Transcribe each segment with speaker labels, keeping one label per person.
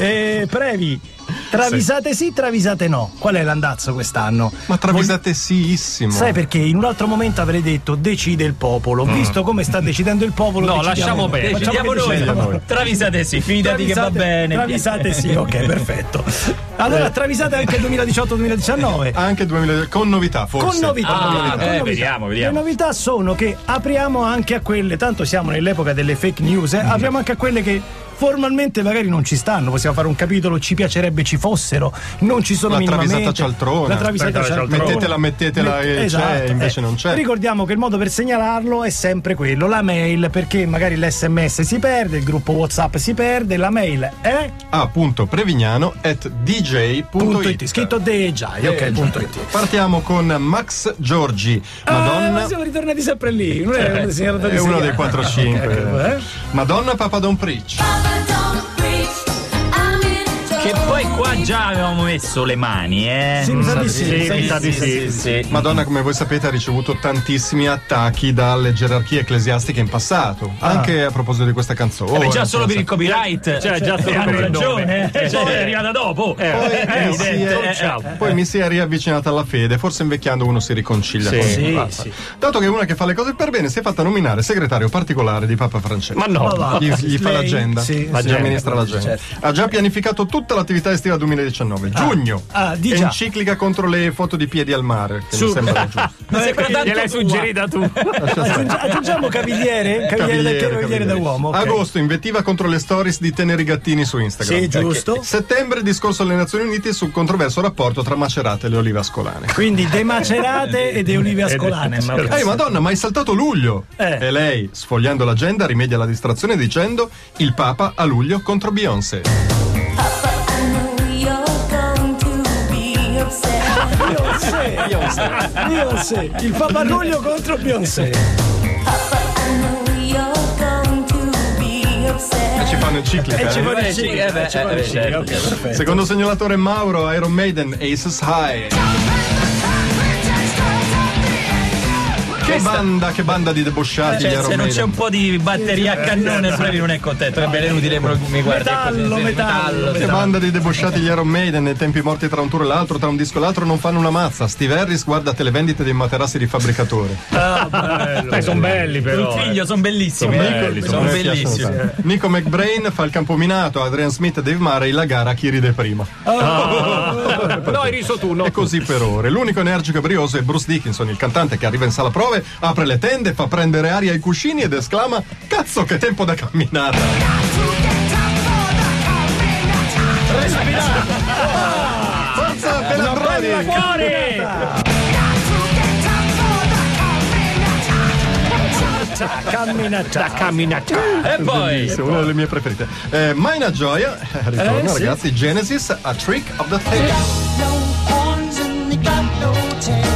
Speaker 1: Eh, Previ, travisate sì, travisate no. Qual è l'andazzo quest'anno?
Speaker 2: Ma travisate siissimo.
Speaker 1: Sai perché in un altro momento avrei detto decide il popolo. Visto come sta decidendo il popolo,
Speaker 3: No,
Speaker 1: decidiamo
Speaker 3: lasciamo
Speaker 1: noi.
Speaker 3: perdere.
Speaker 1: Facciamo
Speaker 3: Decidiamo
Speaker 1: che
Speaker 3: noi.
Speaker 1: decide il popolo.
Speaker 3: Travisate sì, fidati che va
Speaker 1: Travisate-
Speaker 3: bene.
Speaker 1: Travisate sì, ok, perfetto. Allora, travisate anche 2018-2019.
Speaker 2: Anche 2000 con novità, forse.
Speaker 1: Con novità,
Speaker 3: Ah,
Speaker 1: con novità,
Speaker 3: eh,
Speaker 1: con novità.
Speaker 3: vediamo, vediamo.
Speaker 1: Le novità sono che apriamo anche a quelle, tanto siamo nell'epoca delle fake news, eh, apriamo anche a quelle che formalmente magari non ci stanno, possiamo fare un capitolo, ci piacerebbe ci fossero, non ci sono
Speaker 2: La
Speaker 1: minimamente.
Speaker 2: travisata cialtrona.
Speaker 1: La travisata
Speaker 2: Aspetta,
Speaker 1: cialtrona.
Speaker 2: mettetela, mettetela,
Speaker 1: Met-
Speaker 2: eh, c'è,
Speaker 1: esatto,
Speaker 2: invece
Speaker 1: eh.
Speaker 2: non c'è.
Speaker 1: Ricordiamo che il modo per segnalarlo è sempre quello, la mail, perché magari l'SMS si perde, il gruppo WhatsApp si perde, la mail è
Speaker 2: A punto Ah, Prevignano at
Speaker 1: punto it,
Speaker 2: dj.it.
Speaker 1: scritto de Jai, ok, punto it.
Speaker 2: Eh, Partiamo con Max Giorgi.
Speaker 1: Ah,
Speaker 2: Madonna.
Speaker 1: ma siamo ritornati sempre lì. Non è una segnalata di
Speaker 2: è uno
Speaker 1: segnale.
Speaker 2: dei
Speaker 1: Eh?
Speaker 2: 4-5. Madonna Papa Don Preach.
Speaker 3: Che poi qua già avevamo messo le mani, eh.
Speaker 1: Sì, mi sa di sì, mi sa di
Speaker 3: mi sa di sì. sì.
Speaker 2: Madonna, come voi sapete, ha ricevuto tantissimi attacchi dalle gerarchie ecclesiastiche in passato.
Speaker 1: Ah.
Speaker 2: Anche a proposito di questa
Speaker 1: Eh
Speaker 2: canzone.
Speaker 3: Beh, già solo per il copyright.
Speaker 4: Cioè, già solo
Speaker 3: Eh,
Speaker 4: per
Speaker 3: hanno
Speaker 4: il nome.
Speaker 3: ragione. eh. Cioè, è arrivata dopo.
Speaker 2: Poi,
Speaker 4: Eh,
Speaker 2: mi si
Speaker 4: evidente,
Speaker 2: è,
Speaker 4: eh, ciao.
Speaker 2: poi mi si è riavvicinata alla fede, forse invecchiando uno si riconcilia
Speaker 4: Sì,
Speaker 2: con
Speaker 4: sì,
Speaker 2: Papa. Tanto che una che fa le cose per bene si è fatta nominare segretario particolare di Papa Francesco.
Speaker 4: Ma
Speaker 1: Ma
Speaker 4: no.
Speaker 1: va.
Speaker 2: Gli, gli fa
Speaker 1: Lei-
Speaker 2: l'agenda,
Speaker 1: sì,
Speaker 2: gli
Speaker 1: l'agenda,
Speaker 2: amministra l'agenda. Ha già pianificato tutta l'attività estiva 2019. Giugno,
Speaker 1: Ah, di già.
Speaker 2: enciclica contro le foto di piedi al mare. Che mi sembra giusto.
Speaker 3: Ma sembra tanto
Speaker 4: Gliel'hai
Speaker 3: tua.
Speaker 4: suggerita tu.
Speaker 1: Aggiungi- Aggiungiamo cavigliere, cavigliere da
Speaker 2: Cavigliere,
Speaker 1: chiaro, cavigliere da
Speaker 2: cavigliere.
Speaker 1: uomo. ok.
Speaker 2: Agosto, invettiva contro le stories di teneri gattini su Instagram.
Speaker 1: Sì, giusto.
Speaker 2: Ok. Settembre, discorso alle Nazioni Unite sul controverso rapporto tra macerate e le olive ascolane.
Speaker 1: Quindi De Macerate e De Olive Ascolane. ma ok.
Speaker 2: Ehi madonna, ma hai saltato luglio!
Speaker 1: Eh.
Speaker 2: E lei, sfogliando l'agenda, rimedia la distrazione dicendo il Papa a luglio contro Beyoncé.
Speaker 1: Beyoncé, Beyoncé, il paparruglio contro Beyoncé.
Speaker 2: E ci fanno enciclica.
Speaker 1: E ci
Speaker 2: eh?
Speaker 1: vuole
Speaker 3: Eh, sì, eh, beh, eh, beh, certo.
Speaker 2: Secondo segnalatore Mauro, Iron Maiden, Aces High. Che banda, che banda di debosciati
Speaker 1: Eh,
Speaker 2: gli
Speaker 3: Cioè,
Speaker 2: Iron
Speaker 3: se non c'è
Speaker 2: Maiden.
Speaker 3: un po' di batteria a cannone, Previ non è contento. È bene inutile, però mi guardi.
Speaker 1: Metallo,
Speaker 3: così, sì,
Speaker 1: metallo,
Speaker 2: Che banda di debosciati gli Iron Maiden nei tempi morti tra un tour e l'altro, tra un disco e l'altro non fanno una mazza. Steve Harris guarda televendite dei materassi di fabbricatore.
Speaker 4: Dai, sono belli però.
Speaker 3: Un
Speaker 4: eh.
Speaker 3: figlio, sono bellissimi. eh.
Speaker 2: Nico,
Speaker 3: Sono
Speaker 2: a me piacciono
Speaker 3: bellissimi.
Speaker 2: tanto. Nico McBrain fa il campominato, Adrian Smith e Dave Murray la gara a chi ride prima.
Speaker 4: No, hai riso tu, no?
Speaker 2: E così per ore. L'unico energico e brioso è Bruce Dickinson, il cantante che arriva in sala prove, apre le tende, fa prendere aria ai cuscini ed esclama: Cazzo, che tempo da camminata! Forza, Pelandroni!
Speaker 1: Camminata. Camminata.
Speaker 3: E poi.
Speaker 2: Bellissimo, una delle mie preferite. Eh, Mina Gioia, eh, ritorno
Speaker 1: Eh, sì.
Speaker 2: ragazzi, Genesis, A Trick of the Tail.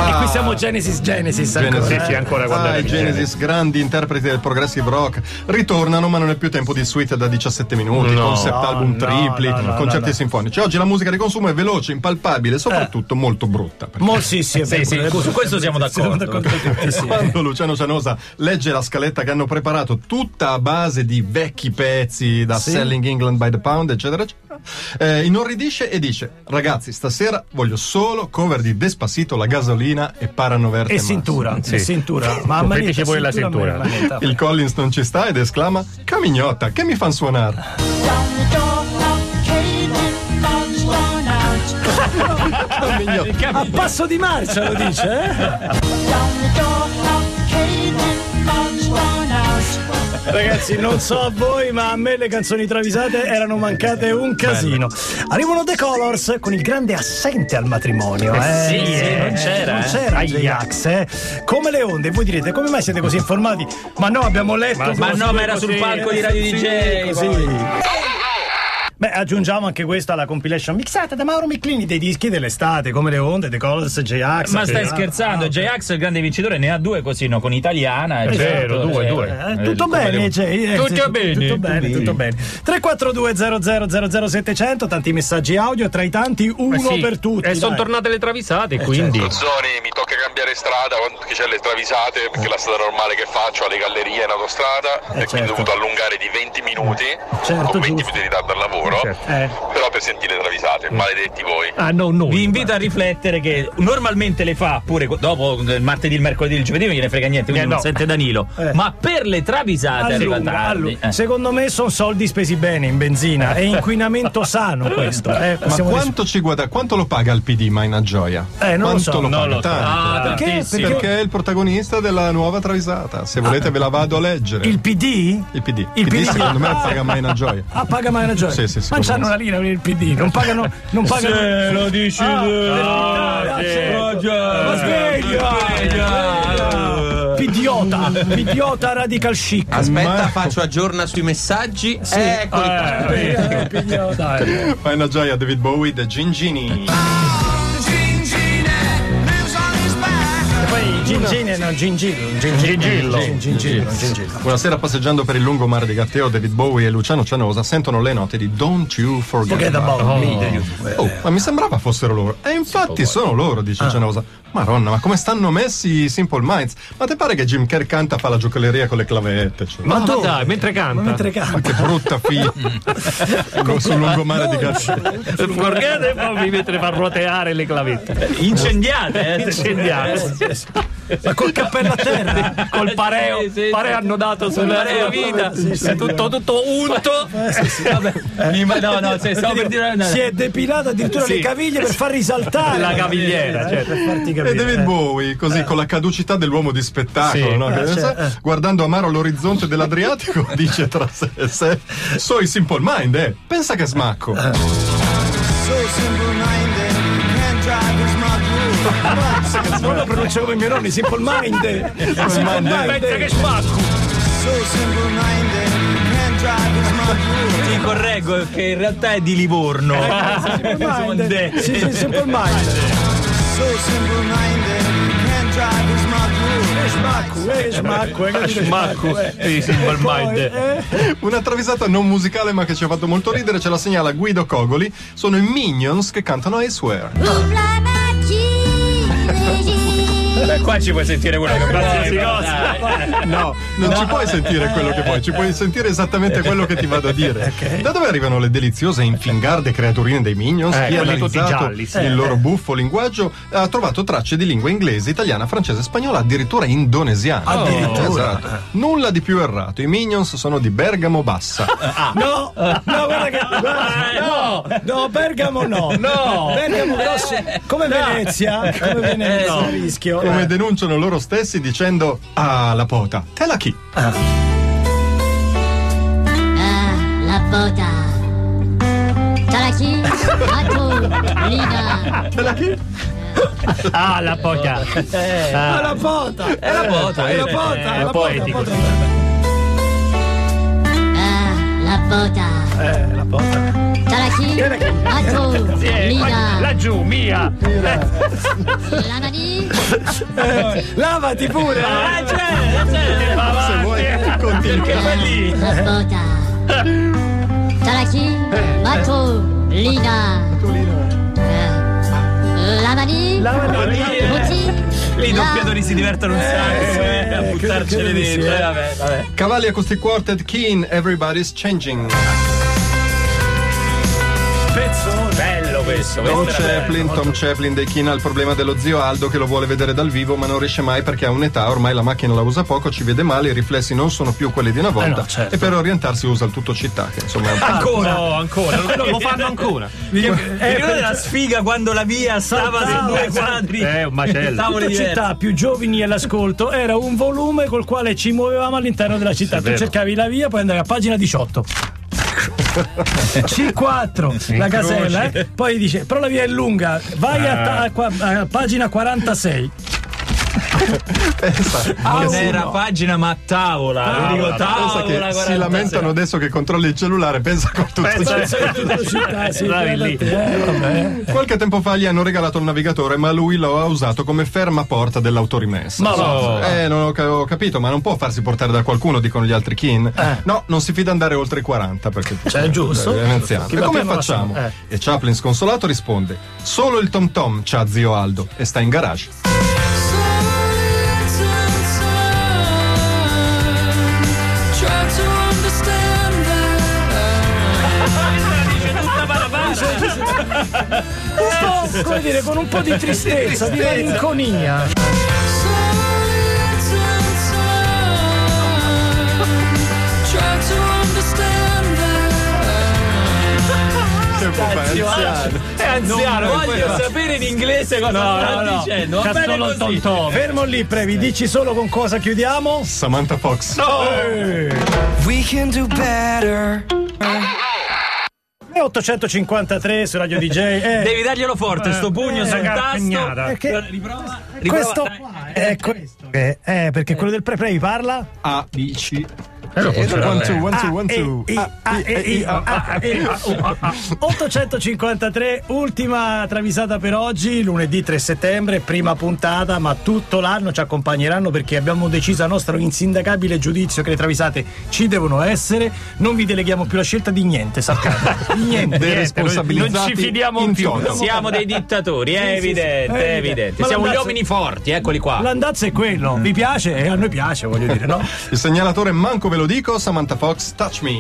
Speaker 1: E qui siamo Genesis Genesis. ancora,
Speaker 2: Genesis,
Speaker 1: eh.
Speaker 4: sì, ancora quando
Speaker 2: Ah,
Speaker 4: era
Speaker 2: i
Speaker 4: vigente.
Speaker 2: Genesis, grandi interpreti del progressive rock, ritornano, ma non è più tempo di suite da 17 minuti,
Speaker 4: No.
Speaker 2: concept
Speaker 1: No,
Speaker 2: album
Speaker 1: no,
Speaker 2: tripli,
Speaker 1: no, no,
Speaker 2: concerti
Speaker 1: no, no.
Speaker 2: sinfonici. Oggi la musica di consumo è veloce, impalpabile e soprattutto molto brutta. perché
Speaker 1: Eh. Mo sì, sì, è
Speaker 3: Sì,
Speaker 1: vero,
Speaker 3: sì,
Speaker 1: è vero.
Speaker 3: su questo siamo
Speaker 1: Siamo
Speaker 3: d'accordo.
Speaker 1: d'accordo tutti, sì.
Speaker 2: Quando Luciano Cianosa legge la scaletta che hanno preparato tutta a base di vecchi pezzi da
Speaker 1: Sì.
Speaker 2: Selling England by the Pound, eccetera, eccetera, eh, inorridisce e dice: Ragazzi, stasera voglio solo cover di Despacito, la gasolina e Paranoverte.
Speaker 1: E
Speaker 2: Mas."
Speaker 1: cintura, e cintura. Ma a manetta,
Speaker 4: Mettici pure la
Speaker 1: cintura, ma a manetta.
Speaker 2: Il Collins non ci sta ed esclama: Camignotta, che mi fan suonare? Camignotta.
Speaker 1: A passo di marcia lo dice, eh? Ragazzi, non so a voi, ma a me le canzoni travisate erano mancate un casino. Arrivano The Colors con il grande assente al matrimonio, eh?
Speaker 3: sì, sì, non c'era,
Speaker 1: Non
Speaker 3: eh.
Speaker 1: c'era J-Ax, eh? Come le onde, voi direte, come mai siete così informati? Ma no, abbiamo letto.
Speaker 3: Ma no, ma era
Speaker 1: così,
Speaker 3: sul palco di Radio
Speaker 1: sì,
Speaker 3: DJ.
Speaker 1: così.
Speaker 3: poi.
Speaker 1: Beh, aggiungiamo anche questa alla compilation mixata da Mauro Miclini dei dischi dell'estate, come le onde, The Colors, J-Ax.
Speaker 3: Ma stai
Speaker 1: J-Ax.
Speaker 4: Ah,
Speaker 3: scherzando? J-Ax è il grande vincitore, ne ha due così, no? Con Italiana. esatto, È
Speaker 4: vero, due, due.
Speaker 1: Eh, tutto bene, cioè, eh,
Speaker 4: Tutto
Speaker 1: sì, tutto
Speaker 4: bene,
Speaker 1: tutto
Speaker 4: tutto
Speaker 1: bene,
Speaker 4: bene.
Speaker 1: tutto bene. 342 700 tanti messaggi audio, tra i tanti uno
Speaker 4: Eh sì,
Speaker 1: per tutti.
Speaker 4: E sono
Speaker 1: dai.
Speaker 4: tornate le travisate, quindi.
Speaker 5: Zoni, mi tocca cambiare strada quando che c'è le travisate perché la strada normale che faccio alle gallerie in autostrada e quindi ho
Speaker 1: certo.
Speaker 5: dovuto allungare di 20 minuti
Speaker 1: certo,
Speaker 5: con 20
Speaker 1: giusto.
Speaker 5: minuti di ritardo al lavoro
Speaker 4: Certo.
Speaker 1: Eh. Mm.
Speaker 5: per sempre sentire travisate, maledetti voi.
Speaker 1: Ah, no, noi.
Speaker 3: Vi invito a riflettere che normalmente le fa pure co- dopo il martedì, il mercoledì, il giovedì non gliene frega niente, quindi
Speaker 4: Eh,
Speaker 3: non
Speaker 4: no.
Speaker 3: sente Danilo.
Speaker 1: Eh.
Speaker 3: Ma per le travisate
Speaker 1: A
Speaker 3: arriva
Speaker 1: lungo, a
Speaker 3: tardi.
Speaker 1: lungo.
Speaker 3: Eh.
Speaker 1: Ah, Secondo me sono soldi spesi bene in benzina. È inquinamento sano questo. eh,
Speaker 2: Ma
Speaker 1: possiamo dire-
Speaker 2: quanto ci guadagna? Quanto lo paga il PD Maina Gioia?
Speaker 1: Eh, non lo
Speaker 2: quanto
Speaker 1: so,
Speaker 2: lo
Speaker 4: non
Speaker 2: paga?
Speaker 4: lo so.
Speaker 2: Tanto.
Speaker 3: Ah,
Speaker 1: Perché?
Speaker 3: tantissimo.
Speaker 1: Perché-
Speaker 2: Perché è il protagonista della nuova travisata. Se volete ve la vado a leggere.
Speaker 1: Ah. Il PD?
Speaker 2: Il PD.
Speaker 1: Il PD?
Speaker 2: secondo me paga Maina Gioia.
Speaker 1: Ah, paga mai ragione.
Speaker 2: Sì, sì, sì,
Speaker 1: Ma
Speaker 2: come
Speaker 1: c'hanno
Speaker 2: no.
Speaker 1: la linea per il PD. Non pagano. Non pagano.
Speaker 3: Se lo dici
Speaker 1: Ah,
Speaker 3: tu.
Speaker 1: per
Speaker 3: Ah,
Speaker 1: l'Italia,
Speaker 3: sì.
Speaker 1: sì. Ma sveglia!
Speaker 3: Sveglia!
Speaker 1: Pidiota, pidiota radical chic.
Speaker 6: Aspetta,
Speaker 2: Ma-
Speaker 6: faccio aggiorna sui messaggi. Eccoli qua.
Speaker 1: Eh, pidiota, eh.
Speaker 2: Maina Gioia, David Bowie, The Gingini.
Speaker 1: Poi Gingini no, Gingillo. Gingillo. Gingillo. Gingillo.
Speaker 2: Una sera passeggiando per il lungomare di Gatteo, David Bowie e Luciano Cianosa sentono le note di Don't You Forget,
Speaker 1: Forget about me.
Speaker 2: Oh, ma mi sembrava fossero loro. E infatti sono loro,
Speaker 4: Ah.
Speaker 2: dice Cianosa. Maronna, ma come stanno messi i Simple Minds? Ma te pare che Jim Kerr canta fa la giocoleria con le clavette? Cioè?
Speaker 4: Ma,
Speaker 1: Ma
Speaker 4: ma
Speaker 1: dove?
Speaker 4: dai, mentre
Speaker 1: Ma
Speaker 4: canta.
Speaker 1: mentre canta.
Speaker 2: Ma che brutta figlia sul lungomare di Gatteo.
Speaker 4: Forget about me mentre fa ruoteare le clavette.
Speaker 1: Eh,
Speaker 3: Incendiate, eh.
Speaker 4: Incendiate.
Speaker 1: Ma col cappello a terra.
Speaker 4: Col pareo.
Speaker 3: Sì, sì,
Speaker 4: pareo annodato sulla
Speaker 1: Eh,
Speaker 3: Pareo vita. È tutto, tutto unto.
Speaker 4: Eh,
Speaker 3: Vabbè, mi- No, no, se stavo per dire una-
Speaker 1: Si è depilato addirittura le caviglie per far risaltare
Speaker 4: La cavigliera,
Speaker 1: Eh,
Speaker 4: certo.
Speaker 1: per farti capire.
Speaker 2: E David
Speaker 1: eh.
Speaker 2: Bowie, così con la caducità dell'uomo di spettacolo,
Speaker 4: Sì. Eh, cioè,
Speaker 2: no? Che ne sa, guardando amaro l'orizzonte dell'Adriatico, dice tra sé e sé: So i Simple Mind, eh? Pensa che smacco.
Speaker 4: Eh,
Speaker 1: Non lo pronuncio come mio nonno, Simple Mind. Simple
Speaker 2: Mind.
Speaker 4: Pensa
Speaker 1: Mind.
Speaker 4: che spacco.
Speaker 3: Ti correggo che in realtà è di Livorno.
Speaker 4: Eh,
Speaker 1: Simple Mind. Sì, sì, Simple Mind. Smacco, eh, smacco, eh, capito?
Speaker 4: Smacco. Sì, sì,
Speaker 1: E
Speaker 4: per
Speaker 1: poi,
Speaker 4: mind.
Speaker 1: eh,
Speaker 2: Una travisata non musicale, ma che ci ha fatto
Speaker 4: Eh.
Speaker 2: molto ridere, ce la segnala Guido Cogoli. Sono i Minions che cantano I swear.
Speaker 7: Vive la magia!
Speaker 3: Beh, qua ci puoi sentire quello che
Speaker 4: Qualsiasi
Speaker 1: eh,
Speaker 3: vuoi.
Speaker 4: cosa.
Speaker 2: No, non ci puoi sentire quello che vuoi, ci puoi sentire esattamente quello che ti vado a dire. Da dove arrivano le deliziose e infingarde creaturine dei Minions?
Speaker 4: Eh,
Speaker 2: Chi ha
Speaker 4: quelli tutti
Speaker 2: analizzato
Speaker 4: gialli, sì.
Speaker 2: il loro buffo linguaggio ha trovato tracce di lingua inglese, italiana, francese, spagnola, addirittura indonesiana.
Speaker 4: Oh,
Speaker 1: Addirittura.
Speaker 2: Esatto. Nulla di più errato. I Minions sono di Bergamo Bassa.
Speaker 1: No, no, guarda che. guarda, no, no, Bergamo no.
Speaker 3: No.
Speaker 1: Bergamo grosso. Come Venezia, come Venezia, a rischio. Eh.
Speaker 2: Come denunciano loro stessi dicendo Ah, la pota, te la chi?
Speaker 7: Ah, la bota! Talaki, Ato, Lina!
Speaker 4: Ah, la poca.
Speaker 1: Ah, la pota!
Speaker 3: È la bota.
Speaker 1: È la
Speaker 3: eh.
Speaker 1: pota!
Speaker 4: eh,
Speaker 1: la pota,
Speaker 4: eh, poetico.
Speaker 1: la pota.
Speaker 7: Ah, la bota!
Speaker 1: Eh, la pota.
Speaker 7: Talaki, Ato,
Speaker 4: Eh, qua-
Speaker 7: Lina!
Speaker 4: Laggiù, mia.
Speaker 7: La mani,
Speaker 1: Lavati pure! eh.
Speaker 3: Ah, c'è, c'è.
Speaker 4: Va
Speaker 2: Se vuoi,
Speaker 4: avanti.
Speaker 2: continua.
Speaker 3: Perché fa lì?
Speaker 7: la bota! Talaki, Ato, Lina! Eh, La mani, Moti,
Speaker 3: Lì i
Speaker 7: la-
Speaker 3: doppiatori si divertono un sacco eh, a buttarcele
Speaker 1: credo di sì,
Speaker 3: dentro.
Speaker 1: eh.
Speaker 3: eh, Vabbè, vabbè.
Speaker 2: Cavalli Acoustic Quartet, Keen, Everybody's Changing.
Speaker 1: Pezzone!
Speaker 3: Bello questo.
Speaker 2: Tom
Speaker 3: questo era bello.
Speaker 2: Chaplin, Tom Chaplin dei Kina ha il problema dello zio Aldo che lo vuole vedere dal vivo ma non riesce mai perché ha un'età, ormai la macchina la usa poco, ci vede male, i riflessi non sono più quelli di una volta
Speaker 1: no, certo.
Speaker 2: e per orientarsi usa il tutto città che insomma è un po'...
Speaker 3: Ancora.
Speaker 4: No, ancora. Lo, lo fanno ancora.
Speaker 1: Eh,
Speaker 3: Mi ricordo della sfiga quando la via stava su due quadri.
Speaker 4: Eh, un macello.
Speaker 3: Tavole
Speaker 1: Tutto
Speaker 3: diverse.
Speaker 1: città più giovani all'ascolto era un volume col quale ci muovevamo all'interno della città.
Speaker 4: è
Speaker 1: tu
Speaker 4: vero.
Speaker 1: cercavi la via, poi andavi a pagina 18. C4, la casella, eh. poi dice: Però la via è lunga, vai a, ta- a qua- a pagina 46.
Speaker 3: Ah, non era pagina ma tavola. Lo dico
Speaker 2: Pensa
Speaker 3: tavola.
Speaker 2: che si
Speaker 3: 46.
Speaker 2: lamentano adesso che controlli il cellulare, pensa con tutto
Speaker 1: Cioè,
Speaker 4: Pensa-
Speaker 2: città.
Speaker 1: Tutta città, sì,
Speaker 4: Bravi
Speaker 1: guarda
Speaker 4: lì.
Speaker 1: te, eh, vabbè.
Speaker 2: Qualche tempo fa gli hanno regalato il navigatore, ma lui lo ha usato come fermaporta dell'autorimessa.
Speaker 4: Ma no.
Speaker 2: Eh, non ho, ca- ho capito, ma non può farsi portare da qualcuno, dicono gli altri kin. No, non si fida andare oltre i 40 perché
Speaker 1: Eh. Cioè, è giusto.
Speaker 2: è un anziano.
Speaker 1: Chi
Speaker 2: E
Speaker 1: va
Speaker 2: come
Speaker 1: piano va
Speaker 2: facciamo?
Speaker 1: solo. Eh.
Speaker 2: E Chaplin sconsolato risponde: Solo il Tom Tom c'ha zio Aldo e sta in garage.
Speaker 8: Try to understand that
Speaker 3: Dice tutta parapara.
Speaker 1: un po', Oh, come dire, con un po' di tristezza, di malinconia.
Speaker 2: Che può fare?
Speaker 4: È anziano.
Speaker 3: Eh, Voglio sapere in inglese cosa sta dicendo. Va bene
Speaker 4: Cazzolo
Speaker 3: così.
Speaker 4: tontò.
Speaker 1: Fermo lì, Previ, dici solo con cosa chiudiamo.
Speaker 2: Samantha Fox.
Speaker 8: We can do better.
Speaker 1: 853 su Radio DJ. eh,
Speaker 3: Devi darglielo forte, sto pugno sul tasto.
Speaker 1: perché
Speaker 3: Riprova. riprova.
Speaker 1: questo
Speaker 3: Dai.
Speaker 1: qua è questo. che- Ah, eh, perché quello del pre Previ parla?
Speaker 2: A, B, C.
Speaker 4: One,
Speaker 2: One, two, one, two,
Speaker 1: Ah,
Speaker 2: one, two.
Speaker 1: eh, eh, ah, eh, eh, ah, eh, ah, oh, ah, ah. 853, ultima travisata per oggi, lunedì 3 settembre, prima puntata, ma tutto l'anno ci accompagneranno perché abbiamo deciso a nostro insindacabile giudizio che le travisate ci devono essere. Non vi deleghiamo più la scelta di niente, sappiate. Di niente.
Speaker 2: Dei
Speaker 1: niente.
Speaker 2: responsabilizzati
Speaker 4: non ci fidiamo
Speaker 2: in
Speaker 4: più.
Speaker 2: toto.
Speaker 3: Siamo dei dittatori, è evidente,
Speaker 1: sì.
Speaker 3: è
Speaker 1: Eh,
Speaker 3: evidente.
Speaker 1: ma
Speaker 3: Siamo gli
Speaker 1: l'andazzo-
Speaker 3: uomini forti, eccoli qua.
Speaker 1: L'andazzo è quello, vi piace e a noi piace, voglio dire, no?
Speaker 2: Il segnalatore manco ve lo dico, Samantha Fox, touch me.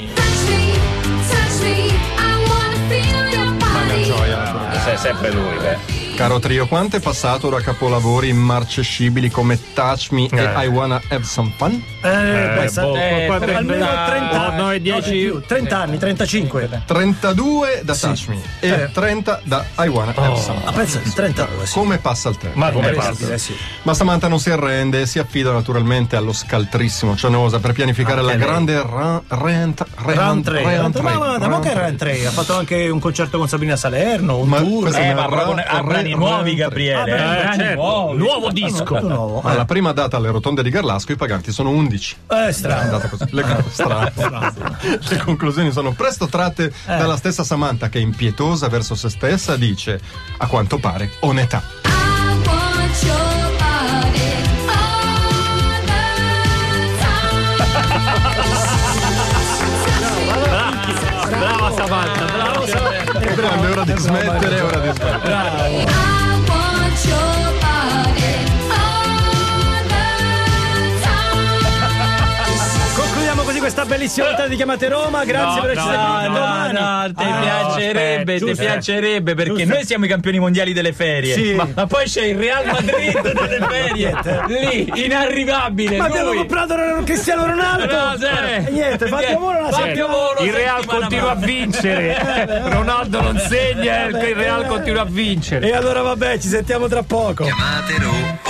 Speaker 2: Che gioia.
Speaker 3: Se- sempre lui, beh.
Speaker 2: Caro trio, quanto è passato da capolavori immarcescibili come Touch Me e I Wanna Have Some Fun?
Speaker 1: Eh, beh, sa-
Speaker 4: boh,
Speaker 1: eh,
Speaker 4: qua- qua-
Speaker 1: almeno 30 anni,
Speaker 4: no, no, è 10.
Speaker 1: 30 anni, 35.
Speaker 2: 32 da Touch Me e 30 da I Wanna Have Some
Speaker 1: Ah,
Speaker 2: Fun.
Speaker 1: pensa, 32, sì.
Speaker 2: Come passa il tempo?
Speaker 4: Ma come
Speaker 1: Eh,
Speaker 4: passa?
Speaker 1: sì, eh, sì.
Speaker 2: Ma Samantha non si arrende e si affida naturalmente allo scaltrissimo Cianosa per pianificare la grande ran- rent-
Speaker 1: Run
Speaker 2: rent-
Speaker 1: Trey.
Speaker 2: rent-
Speaker 1: Ma ma- ma
Speaker 2: rent-
Speaker 1: che Run Trey? Ha fatto anche un concerto con Sabina Salerno, un
Speaker 2: Ma
Speaker 1: tour. Ah,
Speaker 2: questo
Speaker 3: Eh,
Speaker 2: è
Speaker 3: ma
Speaker 2: un
Speaker 3: proprio
Speaker 2: re-
Speaker 3: a brani
Speaker 2: re-
Speaker 3: nuovi,
Speaker 2: re-
Speaker 3: Gabriele. eh,
Speaker 4: Eh,
Speaker 3: brani
Speaker 4: certo.
Speaker 3: nuovi.
Speaker 4: Nuovo
Speaker 1: Tutto
Speaker 4: disco.
Speaker 1: nuovo.
Speaker 2: Alla prima data alle rotonde di Garlasco i paganti sono 11.
Speaker 1: Eh,
Speaker 2: È
Speaker 1: strano.
Speaker 2: andata così. Le, strano. Le conclusioni sono presto tratte dalla stessa Samantha che impietosa verso se stessa dice a quanto pare onetà.
Speaker 4: Brava Samantha, brava.
Speaker 2: È grande, è ora di smettere, è ora di smettere.
Speaker 1: Concludiamo così questa bellissima volta di chiamate Roma. Grazie
Speaker 4: No,
Speaker 1: per
Speaker 4: no,
Speaker 1: essere
Speaker 3: No,
Speaker 1: qui.
Speaker 3: no,
Speaker 1: Ah, Domani.
Speaker 3: no, ti
Speaker 4: Ah, no,
Speaker 3: piacerebbe,
Speaker 4: aspetta,
Speaker 3: ti
Speaker 4: giusto.
Speaker 3: piacerebbe perché noi siamo i campioni mondiali delle ferie.
Speaker 1: Sì.
Speaker 3: Ma, ma poi c'è il Real Madrid delle ferie. Lì, inarrivabile.
Speaker 1: Ma abbiamo
Speaker 3: lui. eh.
Speaker 1: comprato Cristiano Ronaldo.
Speaker 3: No, sì.
Speaker 1: E niente, fate amore una
Speaker 3: Fatti
Speaker 1: settimana. Eh,
Speaker 3: amore,
Speaker 4: certo. Il Real
Speaker 3: settimana
Speaker 4: continua a
Speaker 3: prossima.
Speaker 4: vincere. Ronaldo non segna, il Real continua a vincere.
Speaker 1: E allora vabbè, ci sentiamo tra poco.
Speaker 8: Chiamatelo